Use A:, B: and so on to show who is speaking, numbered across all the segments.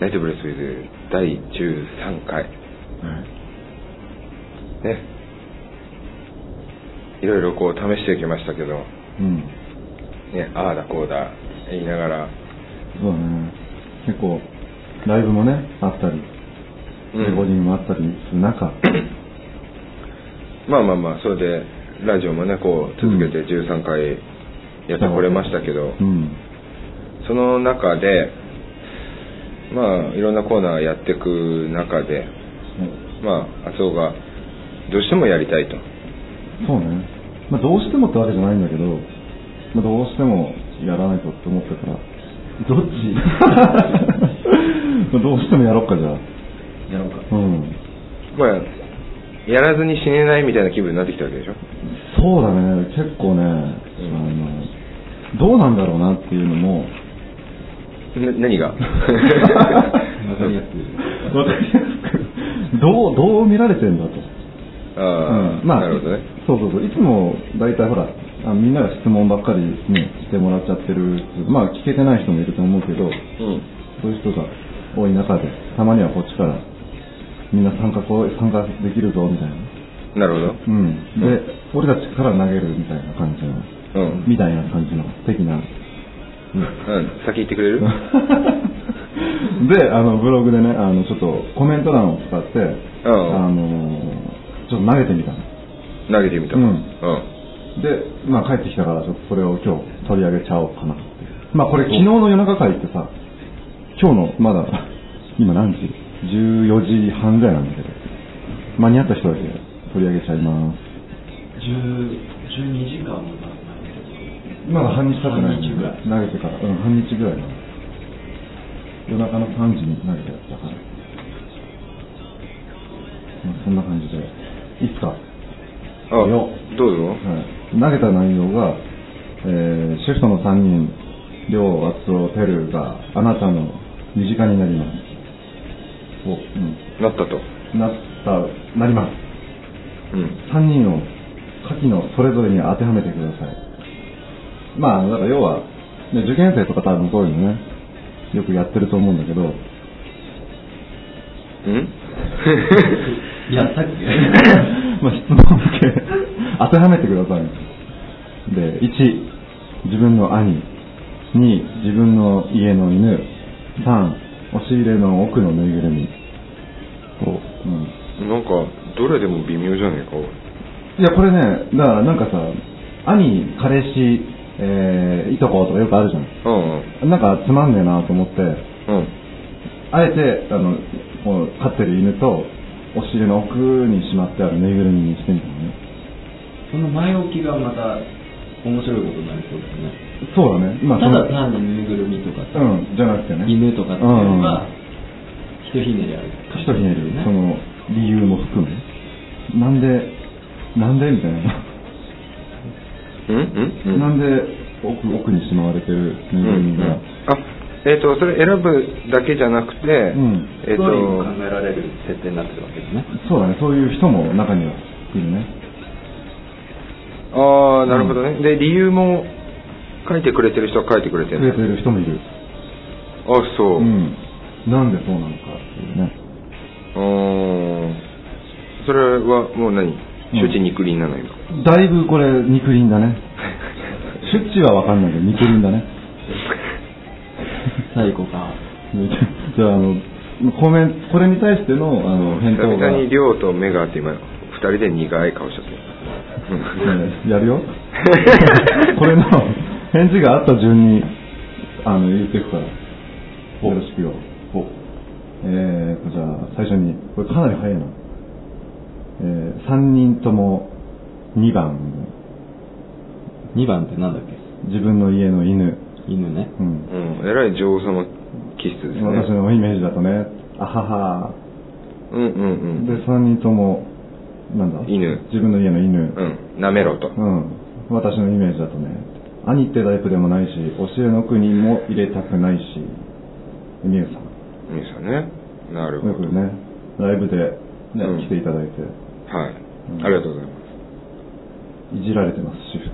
A: ベトブルスウィズ第13回、ね、いろいろこう試してきましたけど、
B: うん。
A: ね、ああだこうだ言いながら、
B: そうだね。結構、ライブもね、あったり、
A: うん
B: レコーディングもあったりする中、
A: まあまあまあ、それで、ラジオもね、こう続けて13回やってこれましたけど、
B: うん。
A: その中で、まあ、いろんなコーナーやっていく中で、まあ、麻生がどうしてもやりたいと。
B: そうね。まあ、どうしてもってわけじゃないんだけど、まあ、どうしてもやらないとって思ってたら、どっち まあどうしてもやろっか、じゃあ。
C: やろうか
B: うん。
A: まあ、やらずに死ねないみたいな気分になってきたわけでしょ。
B: そうだね、結構ね、あの、どうなんだろうなっていうのも、
A: な何 が
C: わかりやすい
B: わかりやすく どう、どう見られてんだと。
A: ああ、
B: うんまあ、
A: なるほどね。
B: そうそうそう、いつも大体ほら、あみんなが質問ばっかりね、してもらっちゃってる、まあ聞けてない人もいると思うけど、
A: うん。
B: そういう人が多い中で、たまにはこっちから、みんな参加こう、参加できるぞ、みたいな。
A: なるほ
B: うん。で、俺たちから投げるみたいな感じの、
A: うん
B: みたいな感じの、的な。
A: ど。うん、先行ってくれる
B: で、あの、ブログでね、あの、ちょっとコメント欄を使って、
A: うん
B: あの、ちょっと投げてみたの。
A: 投げてみた。
B: うん
A: うん。
B: で、まあ帰ってきたから、ちょっとそれを今日取り上げちゃおうかなってまあこれ昨日の夜中会ってさ、今日のまだ、今何時 ?14 時半ぐらいなんだけど、間に合った人だけ取り上げちゃいます。
C: 10 12時間もな
B: まだ半日経ってない、
C: 半日ぐらい
B: 投げてから、うん、半日ぐらいなの夜中の3時に投げてやったから。まあそんな感じで、いつか、
A: あ、
B: よ
A: どうぞ。
B: はい、投げた内容が、えーシフトの3人、りょう、あつお、てるがあなたの身近になります。おう
A: なったと。
B: ん、なった、なります。
A: うん。
B: 3人を下記のそれぞれに当てはめてください。まあ、だから要は、ね、受験生とか多分そういうのね、よくやってると思うんだけど、
A: うん
C: いやさっき
B: まあ、質問だけ 当てはめてください。で、1、自分の兄。2、自分の家の犬。3、押し入れの奥のぬいぐるみ。こううん。
A: なんか、どれでも微妙じゃねえか、おい
B: いや、これね、だからなんかさ、兄、彼氏、えー、いとことかよくあるじゃ
A: うん
B: ん。なんかつまんねえなと思って、
A: うん。うん。
B: あえて、あの、こう飼ってる犬と、押し入れの奥にしまってあるぬいぐるみにしてみたのね。
C: その前置きがまた面白いことになりそうだよね
B: そうだね。まあ、
C: た
B: その
C: だ単にぬいぐるみとかさ、
B: うん、じゃなくてね。
C: 犬とかっていうの
B: う
C: が
B: ん
C: ひとひねりある
B: ひとひねり、その理由も含め。なんで、なんでみたいな。
A: うんうんうん
B: なんで奥奥にしまわれてるぬいぐるみ
A: うん
B: が。
A: あえっ、とそれ選ぶだけじゃなくて、
B: ん
A: えっ、
C: ストーリーも考
A: と
C: えられる設定になってるわけですね
B: そうだね、そういう人も中にはいるね。
A: ああなるほどね、で理由も書いてくれてる人は書いてくれて
B: 増え
A: る
B: てる人もいる。
A: あそうううん
B: ん。なんでそうなのかっていうね。
A: ーんそれはもう何処置肉林なの今、
B: だいぶこれ、肉輪だね。出地はわかんないけど、肉輪だね。
C: 最後が
B: じゃあ、あの、コメント、これに対しての、あの、返
A: 久
B: 答が
A: 々。に亮と目があって今二人で苦い顔しちゃってる
B: やるよ。これの返事があった順にあの言っていくから、よろしくよ。えーと、じゃあ最初に、これかなり早いな。えー、3人とも2番、
C: 2番ってなんだっけ
B: 自分の家の犬。
C: 犬ね
B: うん。
A: うんうんえらい女王様気質ですね
B: 私のイメージだとね、あはは。
A: うんう
B: で、
A: ん
B: 3人とも、なんだ
A: 犬
B: 自分の家の犬。
A: うんうんなめろと
B: うん、私のイメージだとね、兄ってタイプでもないし、お尻の奥にも入れたくないし、みゆさん、
A: ミュさんねなるほ
B: よ
A: ど
B: くね、ライブで、ね
A: うん
B: 来ていただいて、
A: はい、
B: うん
A: ありがとうございます
B: いじられてます、シフ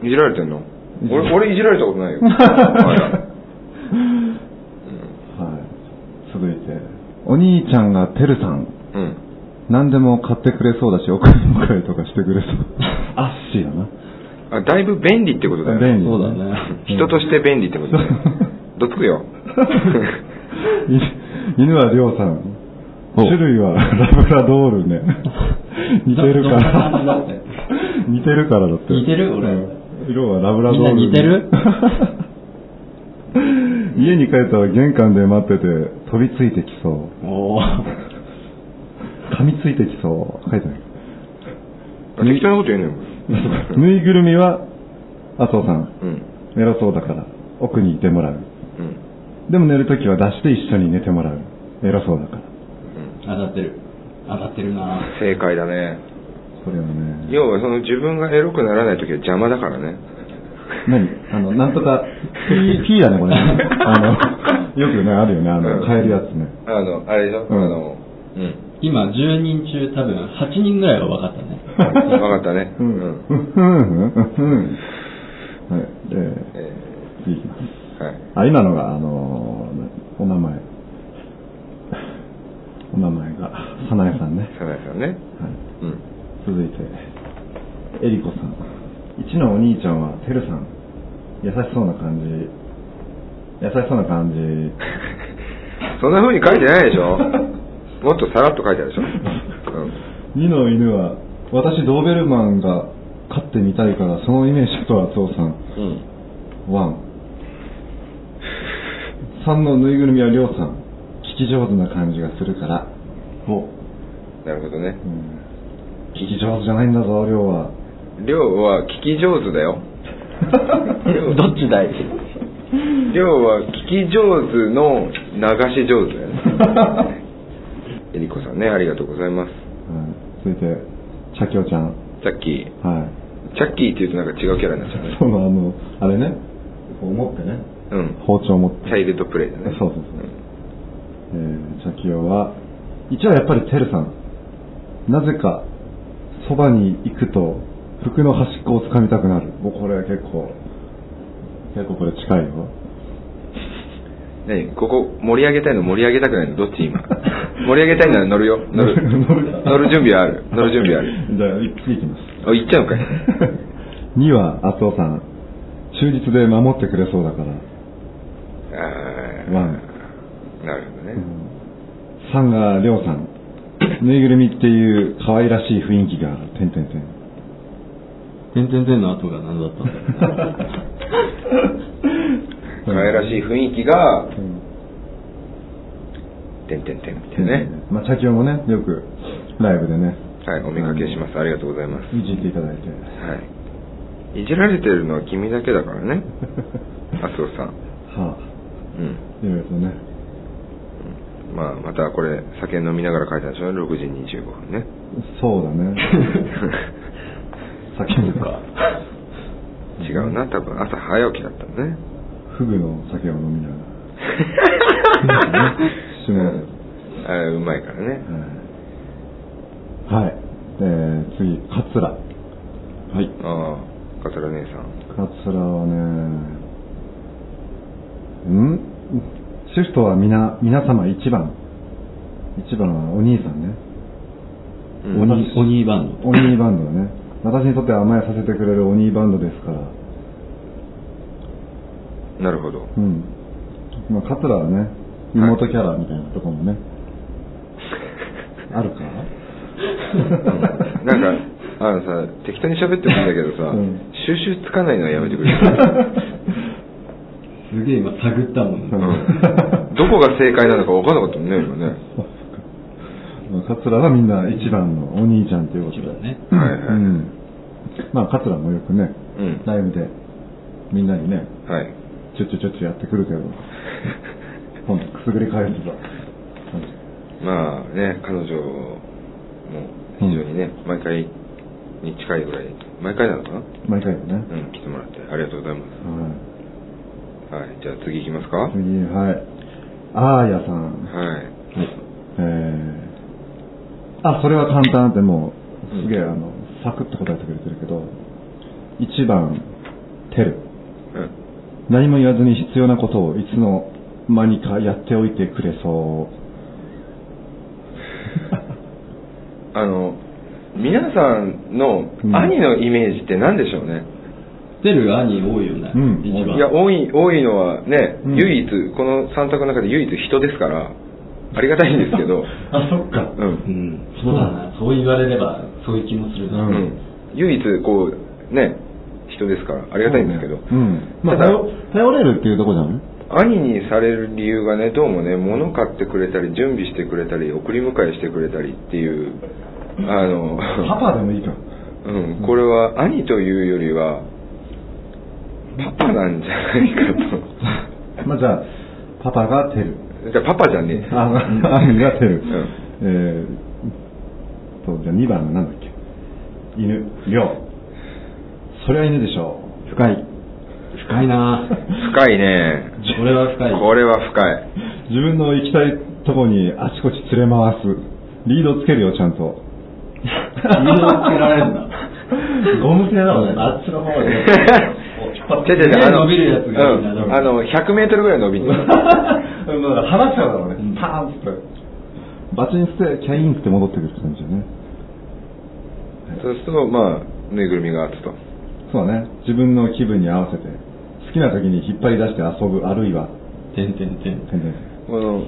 B: ト。
A: いじられてんの
B: いじら
A: 俺俺いじられたことないよまだ
B: はい。お兄ちゃんがてるさん。
A: うん。
B: 何でも買ってくれそうだし、送り迎えとかしてくれそう。 アッシーだな。
A: あ、だいぶ便利ってことだよね。
B: 便利。
C: そうだね。
A: 人として便利ってことだよね。どつく よ。
B: い犬はりょうさん。
D: お
B: 種類はラブラドール ね。似てるか
C: どんな
B: ら
C: 感じだって。
B: 似てるからだって。
C: 似てる俺
B: うん色はラブラドール。
C: みんな似てる
B: 家に帰ったら玄関で待ってて飛びついてきそう。
C: おー。
B: 噛みついてきそう。書いてない。
A: 適当なこと言う のよ。
B: ぬいぐるみは麻生さん。
A: うん。
B: 偉そうだから奥にいてもらう。
A: うん。
B: でも寝るときは出して一緒に寝てもらう。偉そうだから。
C: 当たってる。当たってるなぁ。
A: 正解だね。
B: それはね。
A: 要はその自分がエロくならないときは邪魔だからね。
B: 何あの、なんとか、P、P だね、これ。あの、よくね、あるよね、あの、買えるやつね。
A: あの、あれでしょ、
B: うん
A: あの、うん。
C: 今、10人中多分8人ぐらいは分かったね。
A: わかったね。
B: うん、うん、うん、うん。はい、
A: え
B: で、次いきます。
A: ーはい。
B: あ、今のが、あの、お名前。お名前が、花屋さんね。
A: サナエさんね。
B: はい。
A: うん。
B: 続いてえりこさん一のお兄ちゃんはてるさん優しそうな感じ優しそうな感じ
A: そんな風に書いてないでし ょもっとさらっと書いてあるでしょ、う
B: 二の犬は私ドーベルマンが飼ってみたいからそのイメージと厚尾さん
A: ん、
B: ワン三のぬいぐるみはりょうさん聞き上手な感じがするからお、
A: なるほどね
B: うん、聞き上手じゃないんだぞりょうは
A: 量は聞き上手だよ
C: どっちだい
A: 量は聞き上手の流し上手だよ ねえりこさんねありがとうございます
B: はい続いてちゃきょうちゃん
A: チャッキー
B: はい
A: チャッキーって言うとなんか違うキャラになっちゃうね
B: そのあの、あれね、
C: 思ってね。
A: うん
B: 包丁持って。
A: チャイルドプレイだね
B: そうそうそう。えー、チャキオは、一応やっぱりテルさん。なぜか、そばに行くと、服の端っこを掴みたくなる。もうこれは結構、結構これ近いよ。
A: ねここ盛り上げたいの盛り上げたくないのどっち 今盛り上げたいなら乗るよ乗る乗る準備はある乗る準備はある
B: じゃあ、い次いきます。
A: あ行っちゃうのかい
B: 2は、麻生さん。忠実で守ってくれそうだから。
A: あー
B: ワン
A: なるほどね、
B: 3が、りょうさん。 ぬいぐるみっていう可愛らしい雰囲気が、てんてんてん。
C: てんてんてんの後が 何だったんだろうね
A: 可愛らしい雰囲気が
B: う、ん
A: てんてんてんってね、
B: まあ、チャキオもね、よくライブでね、
A: はい、お見かけします。ありがとうございます。
B: いじっていただ いて。
A: はい。いじられてるのは君だけだからね、麻生さん。
B: は
A: う
B: あ、いろいろとね。
A: ん。まあ、またこれ、酒飲みながら書いたんでしょ ?6 時25分 ね。
B: そうだ ね。酒とか。
A: 違うな、多分朝早起きだったのね。
B: フグの酒を飲みながら。 しまう
A: あれ、うまいからね。
B: はい。はい。えー、次、カツラ。はい。
A: ああ、桂姉さん。
B: カツラはね、んシフトは皆、皆様1番。1番はお兄さんね。
A: うん
C: 鬼、鬼バンド。
B: オニーバンドだね私にとっては甘えさせてくれるオニーバンドですから
A: なるほど。
B: うんまあ桂はね妹キャラみたいなところもね、あるか
A: なんか、あのさ、適当に喋ってもいいんだけどさ、
B: うん
A: 収集つかないのはやめてくれる。
C: すげえ今探ったもん
B: う
C: ね。
A: うんどこが正解なのか分かんなかったもんね、今ね。
B: まあ桂はみんな一番のお兄ちゃんということ
C: 一
B: で、
C: 番ね。
A: はいはい。
B: うんまあ桂もよくね
A: うん
B: ライブでみんなにね
A: はい。
B: ちょっちょちょっちょやってくるけどほんとくすぐり返すぞ
A: まあね、彼女も非常にね、毎回に近いぐらい、毎回なのかな
B: 毎回だね、
A: うん、来てもらってありがとうございま
B: はい
A: す。はい、じゃあ次行きますか。は
B: 次はいあーやさん
A: い。
B: えー、あそれは簡単ってもうすげえあのサクッと答えてくれてるけど1番「テル
A: うん」
B: 何も言わずに必要なことをいつの間にかやっておいてくれそう
A: あの皆さんの
B: うん
A: 兄のイメージって何でしょうね、
C: 出る兄多いよね、
B: うん
C: 一番
A: いや多い多いのはね、
B: うん
A: 唯一この3択の中で唯一人ですからありがたいんですけど
C: あそっか
A: うん
C: んそうだなそう言われればそういう気もするな、
B: う
A: うんん唯一こうね人ですからありがたいんですけど、
B: うん。まあ、
A: ただ
B: 頼頼れるっていうとこじゃん。
A: 兄にされる理由がねどうもね物買ってくれたり準備してくれたり送り迎えしてくれたりっていうあの
B: パでもいいか。
A: うん、これは兄というよりはパパなんじゃない か
B: まあ、じゃあ、パパがテル。
A: とじゃあパパじゃねえ
B: あ、兄がテル。えーと、じゃあ2番はなんだっけ。犬、りょう。そりゃ犬でしょう。深い。
C: 深いな
A: 深いね
C: これは深い
A: これは深い
B: 自分の行きたいとこにあちこち連れ回す。リードつけるよ、ちゃんと。
C: 理由をつけられるんだ
B: ゴム製だもんね。
C: あっちの方 で
A: 違う違う違うあの
C: 伸びるやつがいいな
A: うんあの100メートルぐらい伸びる
B: まあ、話しちゃうだろうね。パーンって。バチンして、キャインって戻ってくるって感じだよね。
A: そうするとまあぬいぐるみがあつと
B: そうだね。自分の気分に合わせて、好きな時に引っ張り出して遊ぶ、あるいは、
C: てんてんてん
B: 全然。
A: この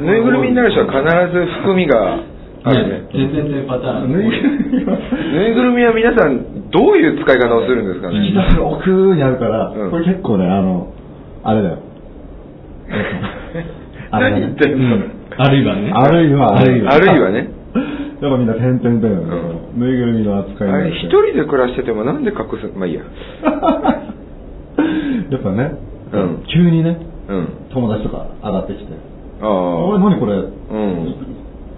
A: ぬいぐるみになる人は必ず含みがあるね
C: てんてんてんパターン
B: ぬいぐるみは、
A: ぬいぐるみは皆さんどういう使い方をするんですかね
B: 引き出す奥にあるから、
A: うん
B: これ結構ね、あの、あ れだよ。あれだ
A: 何
B: ね
A: 言ってんの、
C: あるいはね
B: あるいは、
A: あるいはね。
B: やっぱみんな点々点だよね。
A: う
B: ぬいぐるみの扱いに
A: あ
B: なっ
A: れ
B: て
A: 一人で暮らしててもなんで隠すまあいいや
B: やっぱね、
A: うん
B: 急にね、
A: うん
B: 友達とか上がってきて、
A: あ
B: あ
A: あ
B: れ何これ、
A: う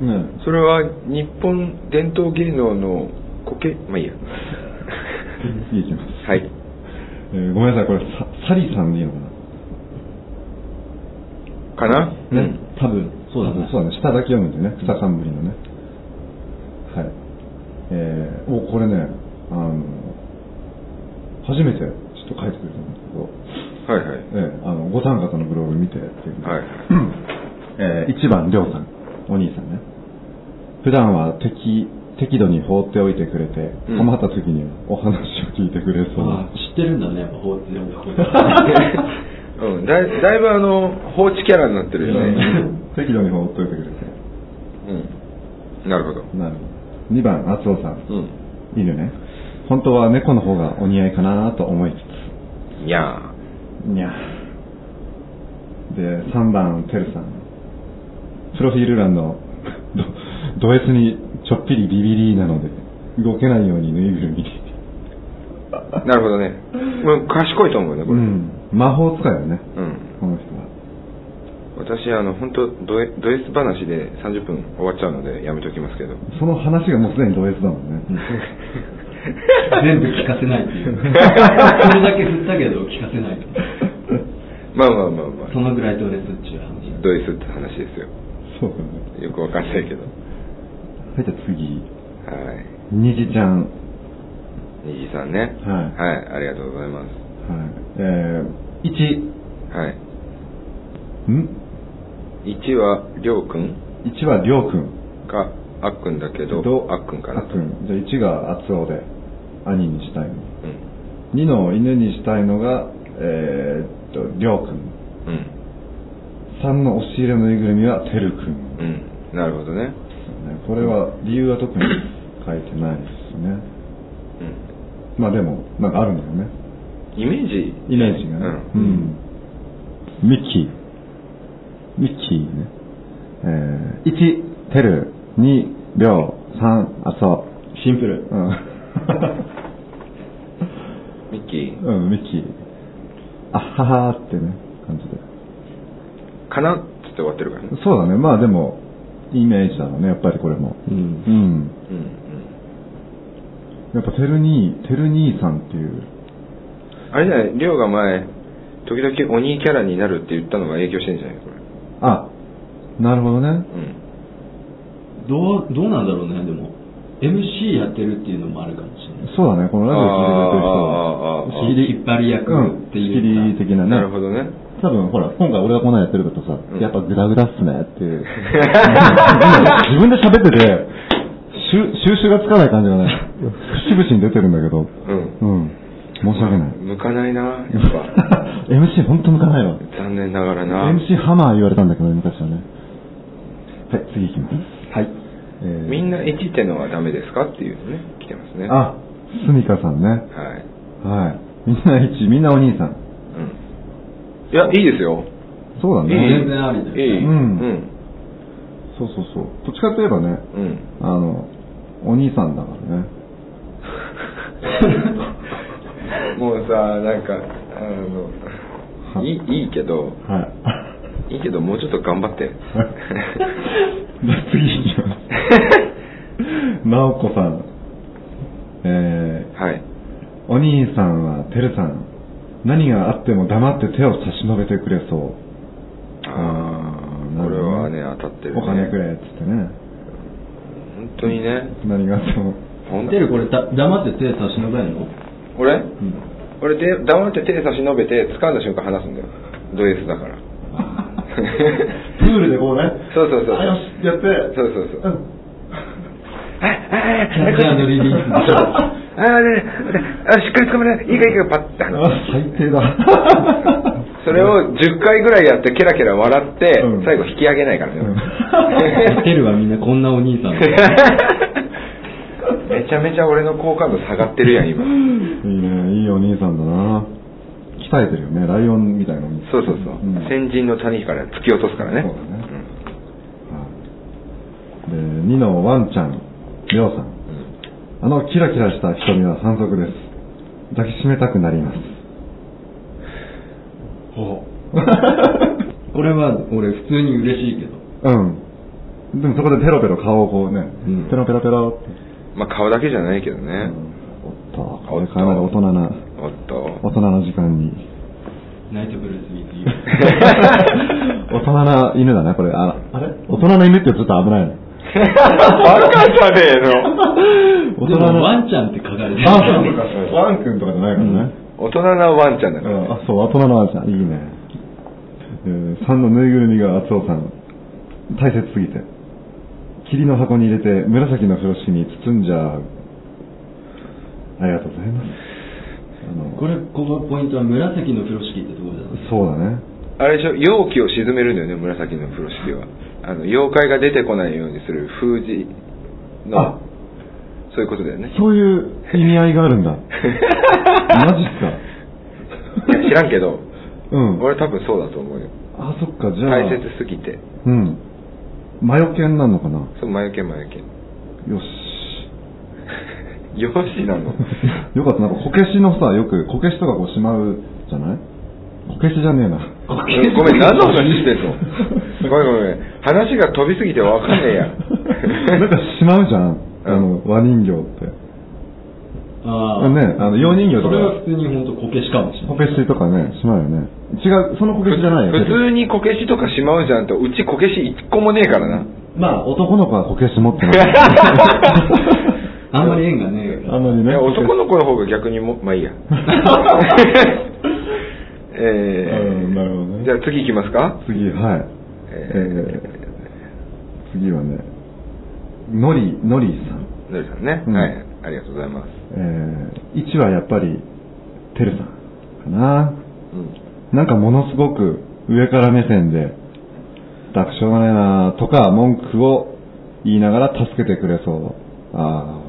A: ん
B: ね、
A: それは日本伝統芸能の苔まあいいや
B: いきます、
A: はい
B: えーごめんなさい、これサ、サリーさんでいいのかな、
A: かな、
B: ね、多分
C: そうだね
B: 多分そうだね、下だけ読むんでね、草冠のね、はい、えー、おこれね、あの初めてちょっと書いてくれたんですけ
A: う
B: ど、
A: んはいはい
B: ええあのご三方のブログ見てっていう、
A: はい
B: え1番りょうさんお兄さんね普段は適適度に放っておいてくれて、
A: うん
B: 困った時にはお話を聞いてくれそう
C: あ
B: な
C: 知ってるんだねやっぱ法って 呼ぶこ
A: うん、だいだいぶあの放置キャラになってるよね、
B: 適度に放っておいてくれ
A: うん、なるほど、
B: てなる2番敦夫さん
A: うん、
B: 犬ね本当は猫の方がお似合いかなと思いつ
A: いやー
B: つにゃで3番てるさんプロフィール欄のドド S にちょっぴりビビリなので動けないようにぬいぐるみに
A: なるほどね、もう賢いと思うね、こ
B: う
A: れ、うん
B: ん、魔法使いよね、この人は。
A: 私、あの本当ドエ、ド S 話で30分終わっちゃうので、やめときますけど、
B: その話がもうすでにド S だもんね。
C: 全部聞かせないって いうそれだけ振ったけど聞かせない
A: まあまあまあまあ
C: そ、のぐらいとレスっちゅう話
A: ド S って話ですよ、
B: そうだね。
A: よくわかんないけど、
B: はい、じゃあ次。
A: はい、
B: にじちゃん。はい。
A: 虹さんね、
B: はい
A: はい、ありがとうございます、
B: えー、
A: はい、
B: 1。ん
A: 1はりょうくん
B: ?1 はりょうくん。
A: か、あっくんだけど、あっくんかな、
B: あっくん。じゃあ1があつおで、兄にしたいの。
A: うん、
B: 2の犬にしたいのが、えーっと、りょうくん。
A: うん、
B: 3の押し入れのぬいぐるみはてるくん。ね
A: うん、なるほどね、
B: これは理由は特に書いてないですね。
A: うん。
B: まあでも、なんかあるんだよね。
A: イメージ
B: イメージがね、
A: うん
B: うんミッキーミッキーねえー、1テル2りょう3あそ
C: シンプル
B: ううん
A: ミッキー
B: うんミッキーあははーってね感じで
A: かなっつって終わってるからね
B: そうだねまあでもイメージだろうねやっぱりこれも
C: うん
B: うん
A: うん
B: やっぱテル兄テル兄さんっていう
A: うんあれじゃないりょうが前時々鬼キャラになるって言ったのが影響してんじゃないこれ
B: あなるほどね
A: うん
C: どうどうなんだろうねでも MC やってるっていうのもあるかもしれない
B: そうだねこのラジオ聞いてくれてる人は
A: あーあーあーあー
C: 引っ張り役っていう
B: ん、仕切
C: か
B: り的なね
A: なるほどね
B: 多分ほら、今回俺がこの間やってることさ、
A: うん
B: やっぱグダグダっすねっていう。今自分で喋ってて、収集がつかない感じがね、節々に出てるんだけど、
A: うん
B: うん。申し訳ない。
A: 向かないなやっ ぱ
B: MC 本当向かないわ。
A: 残念ながらな
B: MC ハマー言われたんだけど、昔はね。はい、次行きます。
C: はい。
B: えー
A: みんな生きてのはダメですかっていうのね来てますね
B: あ、すみかさんね。
A: はい
B: はい。みんな一、みんなお兄さん。
A: うんいやいいですよ
B: そうだ
A: いい
B: ね。
C: 全然ありだよ
A: いい
B: うん
A: うん
B: そうそうそう。どっちかといえばね、
A: うん
B: あの、お兄さんだからね。
A: もうさなんかあのいいいいけど
B: はい。
A: いいけどもうちょっと頑張って
B: じ ゃあ 次行きます。なおこさん。え
A: はい
B: ー、お兄さんはてるさん。何があっても黙って手を差し伸べてくれそう。
A: ああこれはね当たってるね
B: お金くれっつってね。
A: 本当にね
B: 何があっても。
A: 本当
C: テルこれた黙って手差し伸べんの
A: 俺俺で黙って手差し伸べて掴んだ瞬間離すんだよド S だから
B: プールでこうね。
A: そうそうそう
B: あよし、やって。
A: そうそうそう
B: うん
C: キャッチャーのリリースでしょ。
A: ああねあしっかり掴めないいいかいいかパッて離す
B: あ最低だ。
A: それを10回ぐらいやってケラケラ笑って、
B: うん
A: 最後引き上げないからね、
C: テルはみんなこんなお 兄さ ん。
A: めちゃめちゃ俺の好感度下がってるやん今
B: いいね、いいお兄さんだな。鍛えてるよね、ライオンみたいなお兄さん。
A: そうそうそう、
B: ん
A: 先人の谷から突き落とすからね
B: そうだねはいで、2のワンちゃん、りょうさん。あのキラキラした瞳は反則です。抱きしめたくなります。
C: これは俺普通に嬉しいけど。
B: うん。でもそこでペロペロ顔をこうね、
C: うん
B: ペロペロペロって。
A: うんまあ顔だけじゃないけどね、
B: おっと、これからまで大人な、
A: おっと
B: 大人の時間に。
C: ナイトブルースに次。
B: 大人な犬だね、これ。ああれ大人の犬ってちょっと危ないね。
A: バカじゃねえの
B: 大
C: で
B: 人
C: も
B: の。
C: ワンちゃんって書かれてる。
B: あ、そうか。ワン君とかじゃないからね。
A: 大人なワンちゃんだから、
B: あ、そう、大人のワンちゃん。いいね。えー、3のぬいぐるみが厚尾さん。大切すぎて。霧の箱に入れて、紫の風呂敷に包んじゃう。ありがとうございます。あの
C: これ、ここのポイントは紫の風呂敷ってところだな。
B: そうだね。
A: あれでしょ容器を沈めるんだよね紫の風呂敷はあの妖怪が出てこないようにする封じ
B: あ
A: のそういうことだよね
B: そういう意味合いがある んだ。マジっすか。
A: いや知らんけど
B: うん。
A: 俺多分そうだと思うよ
B: あ、そっか、じゃあ。
A: 大切すぎて
B: うん。魔除けになるのかなよ
A: そう眉毛眉毛
B: し。
A: よしなの
B: よかった、なんかこけしのさ、よく、こけしとかこうしまうじゃないこけしじゃねえな。
A: ごめん何の話してんのごめんごめん話が飛びすぎてわかんねえや
B: なんかしまうじゃん。あの、和人形って。
C: あ
B: あ
C: あ。
B: ね、あの、洋人形
C: そ
B: と
C: れは
B: か、
C: 普通に本当こけしかもしれな
B: こ
C: い。
B: けしとかね、しまうよね。違う、そのこけしじゃないよ。
A: 普通にこけしとかしまうじゃんとうちこけし一個もねえからな
B: まあ、男の子はこけし持ってない。
C: あんまり縁がねえから
B: あんまり
A: い
B: ね。
A: や男の子の方が逆にもまあ いいやえ
B: うんなるほどね
A: じゃあ次行きますか
B: 次、はい。
A: え
B: えー、次はね、のり、のりさん。
A: のりさんね、
B: うん
A: はいありがとうございます、
B: えー、1はやっぱり、てるさんかな。
A: うん、
B: なんかものすごく上から目線で、楽勝がねえなとか文句を言いながら助けてくれそう。あ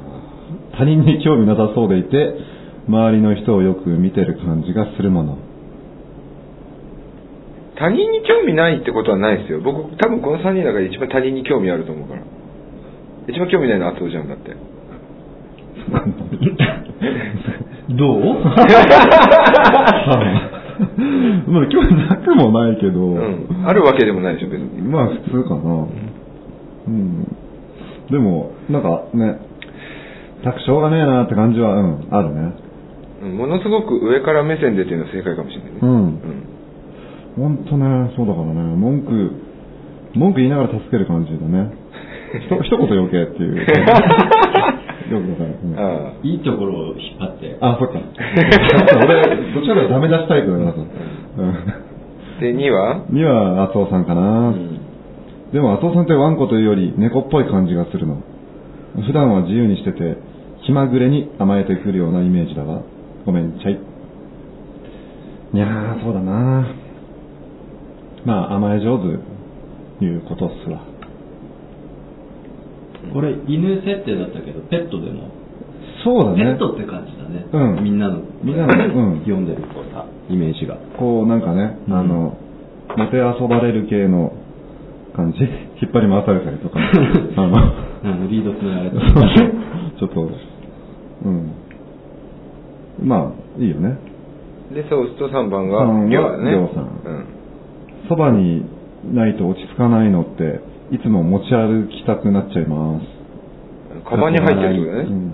B: ー他人に興味なさそうでいて、周りの人をよく見てる感じがする もの。
A: 他人に興味ないってことはないですよ僕多分この3人の中で一番他人に興味あると思うから一番興味ないのは厚尾ちゃんだ って
C: ど う
B: まあ興味なくもないけど、
A: うんあるわけでもないでしょ別に
B: まあ普通かな。うん。でも、なんかね、たくしょうがねえなって感じは、うん、あるね。
A: うんものすごく上から目線でっていうのは正解かもしれないね
B: うん
A: うん
B: ほんとね、そうだからね、文句、文句言いながら助ける感じだね。ひと一言余計っていう。よくわかる。うん
A: あ
C: いいところを引っ張って。
B: あ、そっか。 俺、どっちかというとダメ出したいけどな、
A: あで2は
B: うん。には、麻生さんかな。
A: うん
B: でも麻生さんってワンコというより猫っぽい感じがするの。普段は自由にしてて、気まぐれに甘えてくるようなイメージだわ。ごめん、ちゃい。いやー、そうだなまあ、甘え上手、いうことっすわ。
C: これ犬設定だったけどペットでも
B: そうだ
C: ペ
B: ね
C: ッ。トって感じだね、
B: うん
C: みんなの
B: みんなのうん
C: 読んでるこうさイメージ が
B: こう、なんかね、
C: うん
B: あの、もてあそばれる系の感じ。引っ張り回されたりと か。あの、
C: うんリードつながれて
B: そう ちょっと、うん。まあ、いいよね。
A: で、そう押すと3番が
B: うん、
A: りょうだね。
B: りょうさんそばにないと落ち着かないのって、いつも持ち歩きたくなっちゃいます。
A: うん。カバンに入ってるってこと
B: う
A: ね。
B: ん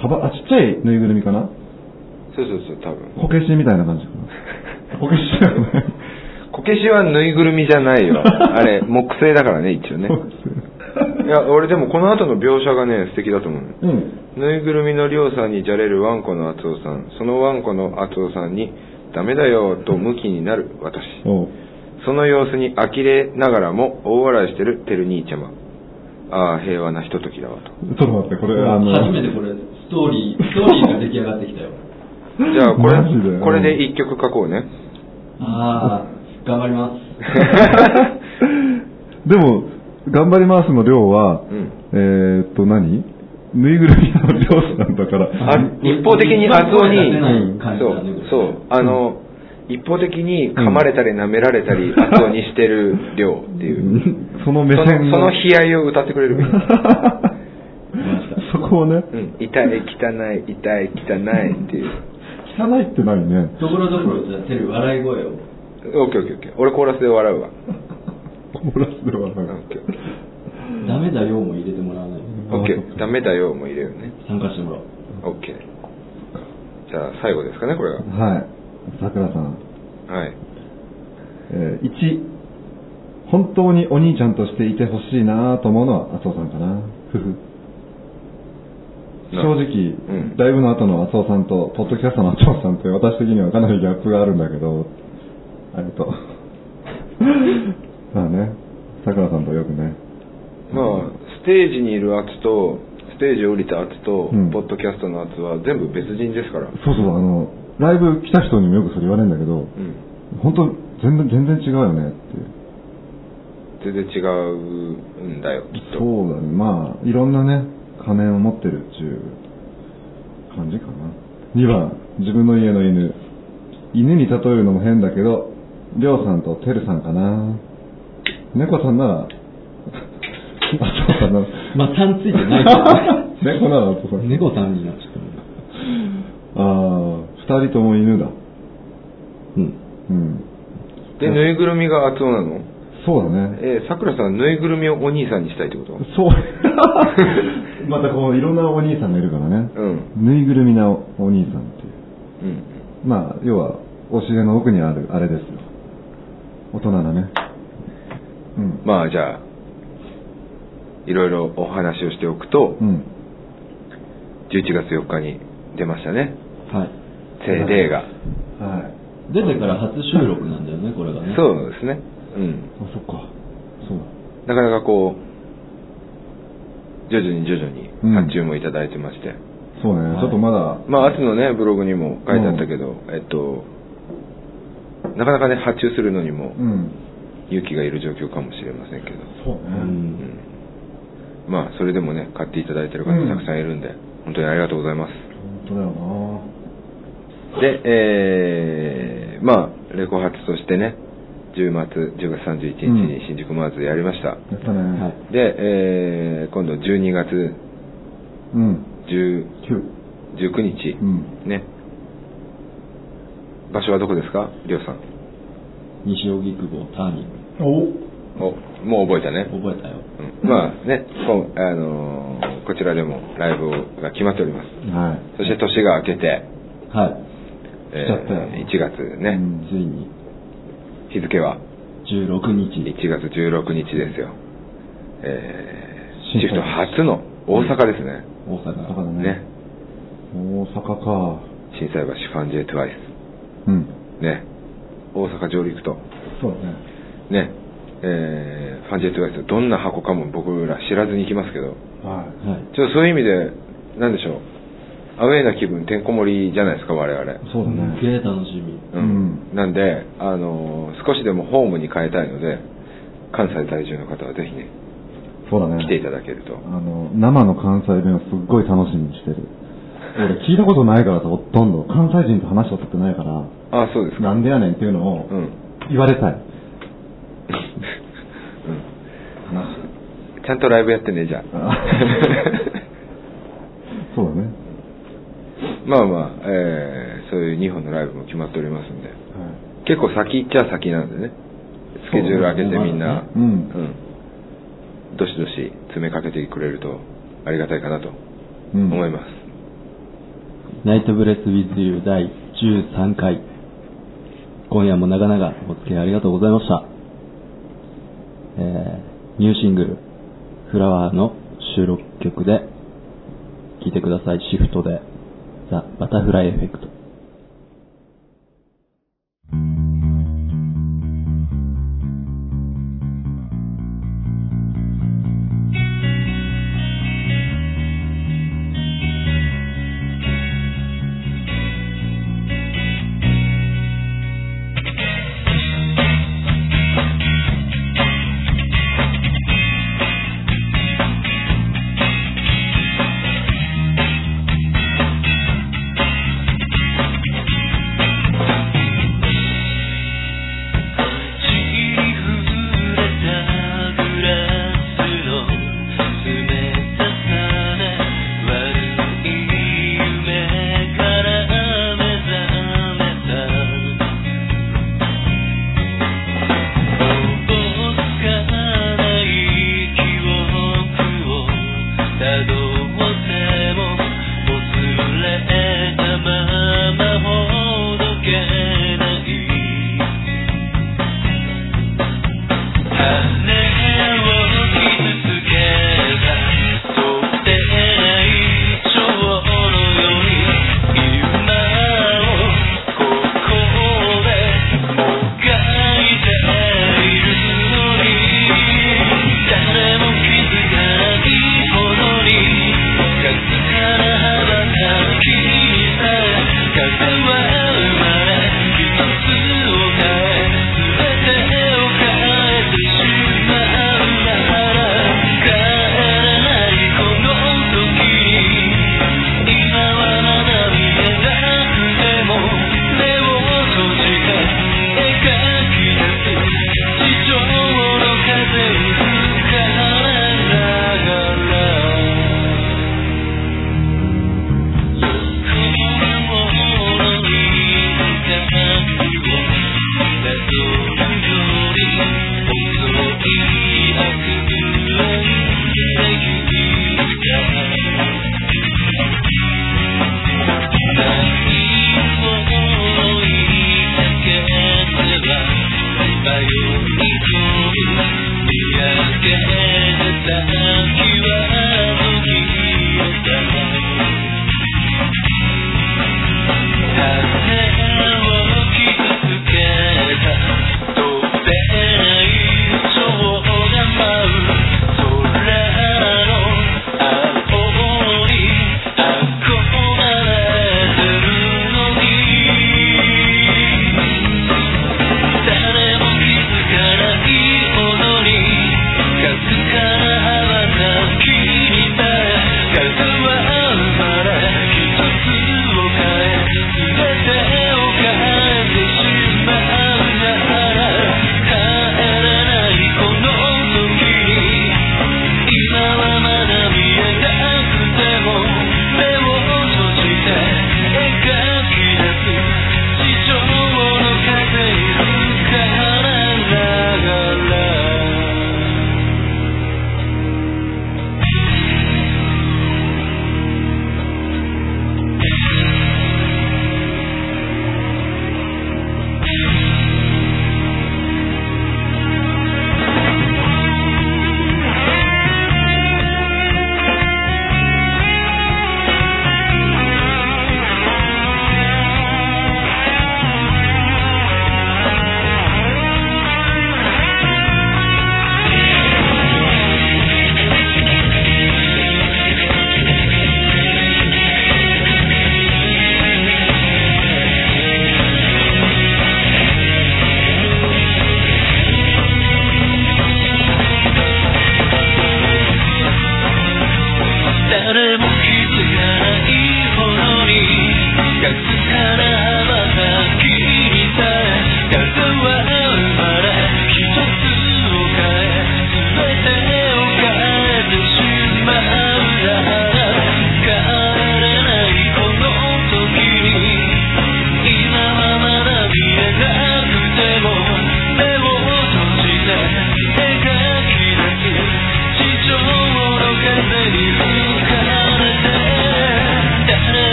B: カバン、あ、ちっちゃいぬいぐるみかな
A: そうそうそう、多分。
B: こけしみたいな感じか な。こけしだよね。
A: こけしはぬいぐるみじゃない よ。あれ、木製だからね、一応ね。いや、俺でもこの後の描写がね、素敵だと思うのよ。
B: うん。
A: ぬいぐるみのりょうさんにじゃれるワンコの厚尾さん、そのワンコの厚尾さんに、ダメだよと向きになる私。
B: おう
A: その様子に呆れながらも大笑いしてるてる兄ちゃま。ああ、平和なひとときだわと。
B: ちょっと待って、これ、あの、
C: 初めてこれストーリーストーリーが出来上がって きたよ
A: じゃあ、こ
B: マジで
A: れ、これで一曲書こうね。
C: ああ頑張ります
B: でも、頑張りますの量は、
A: ん
B: えーっと何、ぬいぐるみの量さんだから、
A: あ一方的に厚尾に
C: 一番声が出ない、感じ
A: そ
C: だ
A: う
C: ね、
A: そう、あの、一方的に噛まれたり舐められたり厚尾にしてるりょうっていう。
B: その
A: そ
B: 目
A: の、そ
B: 線
A: の悲哀を歌ってくれる。
B: そこをね、
A: うん、痛い、汚い、痛い、汚いっていう。
B: 汚いってないね。
C: ところどころじゃあてる笑い声を
A: オッケーオッケーオッケー。俺コーラスで笑うわ。
B: コーラスではな
A: オ
B: い
A: ッケーオッケ
C: ダメだよも入れてもらわない
A: ー。オッケー。ダメだよも入れるね。
C: 参加してもらおう
A: オッケー。じゃあ最後ですかね、これが。
B: はい。桜さん。
A: はい。
B: えー、1、本当にお兄ちゃんとしていてほしいなと思うのは麻生さんかな。ふふ正
A: なう
B: 直、
A: ん
B: ライブの後の麻生さんと、ポッドキャストの麻生さんって私的にはかなりギャップがあるんだけど、ありがと う。まあね、桜さんとよくね。
A: まあ、ステージにいる圧と、ステージを降りた圧と、
B: うん
A: ポッドキャストの圧は全部別人ですから。
B: そうそう、あの、ライブ来た人にもよくそれ言われるんだけど、
A: うん。
B: 本当全然、全然違うよねって
A: 全
B: いう。
A: 然違うんだよ、きっと。
B: そうだね、まあ、いろんなね、仮面を持ってるっていう感じかな。2番、自分の家の犬。犬に例えるのも変だけど、りょうさんとてるさんかな。猫さんなら、あ、 そうかな。
C: まあ、3ついてないけどね
B: 猫なら、 そうかな。
C: 猫さんになっちゃったもんね
B: ああ、二人とも犬だ。
C: うん
B: うん。
A: で、ぬいぐるみが圧をなの
B: そうだね。
A: えー、さくらさん、ぬいぐるみをお兄さんにしたいってこと
B: そう。 またこう、いろんなお兄さんがいるからね。
A: うん。
B: ぬいぐるみなお兄さんっていう。
A: うん。
B: まあ、要は、お尻の奥にある、あれですよ。大人だね。うん。
A: まあ、じゃあ、いろいろお話をしておくと、
B: うん。
A: 11月4日に出ましたね。
C: はい
A: 聖霊が。
B: はい。
C: 出てから初収録なんだよねこれがね
A: そうですね。うん
B: あ。、そっか。そう
A: な
B: だ。
A: かなかこう、徐々に徐々に
B: うん
A: 発注もいただいてまして。
B: そうね。
C: はい
B: ちょっとまだ、
A: まあ、あつのね、ブログにも書いてあったけど、えっと、なかなかね、発注するのにも
B: うん。
A: 勇気がいる状況かもしれませんけど。
B: そうね。
C: うん
A: うん。まあ、それでもね、買っていただいてる方
B: うん
A: たくさんいるんで、本当にありがとうございます。
B: 本当だよな
A: で、えー、まあ、レコ発としてね、10月、10月31日
B: うん
A: に新宿マーズでやりました。
B: やったね。
C: はい
A: で、えー、今度12月
B: うん。
A: 10
B: 9。
A: 19日、
B: うん。
A: ね。場所はどこですかりょうさん。
C: 西荻窪ターニン
B: お
A: お、もう覚えたね。
C: グ覚えたよ
A: うん、まあね、こうあのーこちらでもライブが決まっております。
B: はい。
A: そして年が明けて、
C: はい
A: え
B: ちゃったよ
A: ー、1月ね、
B: うん
C: ついに
A: 日付は
C: 16日
A: 1
C: に
A: 月16日ですよ。えー、
B: 新
A: シフト初の大阪ですね。
C: 大
B: 大阪だ
C: 阪
B: ね。
A: ね。
B: 大阪か。
A: 震災橋ファンジェトワイ
B: うん。
A: ス。ね。大阪上陸と。
B: そうだね。
A: ね。えー、感じで言ってくださいどんな箱かも僕ら知らずに行きますけど
B: はい。
C: はい。
A: ちょっとそういう意味でなんでしょうアウェーな気分てんこ盛りじゃないですか我々
B: そうだ
C: す
B: ね。
C: げえ楽しみ。
A: うん、なんで、あのー少しでもホームに変えたいので関西在住の方はぜひね
B: そうだね。
A: 来ていただけると
B: あの、生の関西弁をすっごい楽しみにしてる。俺聞いたことないからさ、ほとんど。関西人と話したことないから、
A: あそうですか
B: なんでやねんっていうのを
A: うん
B: 言われたい。
A: うんちゃんとライブやってねじゃあ
B: あそうだね。
A: まあまあ、えーそういう2本のライブも決まっておりますんで結構先っちゃ先なんでねスケジュール開けてみんな、
B: そうだねまだね
A: うんどしどし詰めかけてくれるとありがたいかなと
B: うん
A: 思います、
C: ナイトブレスウィズユー第13回。今夜も長々お付き合いありがとうございました。えー、ニューシングル、フラワーの収録曲で、聴いてください。シフトで、ザ・バタフライエフェクト。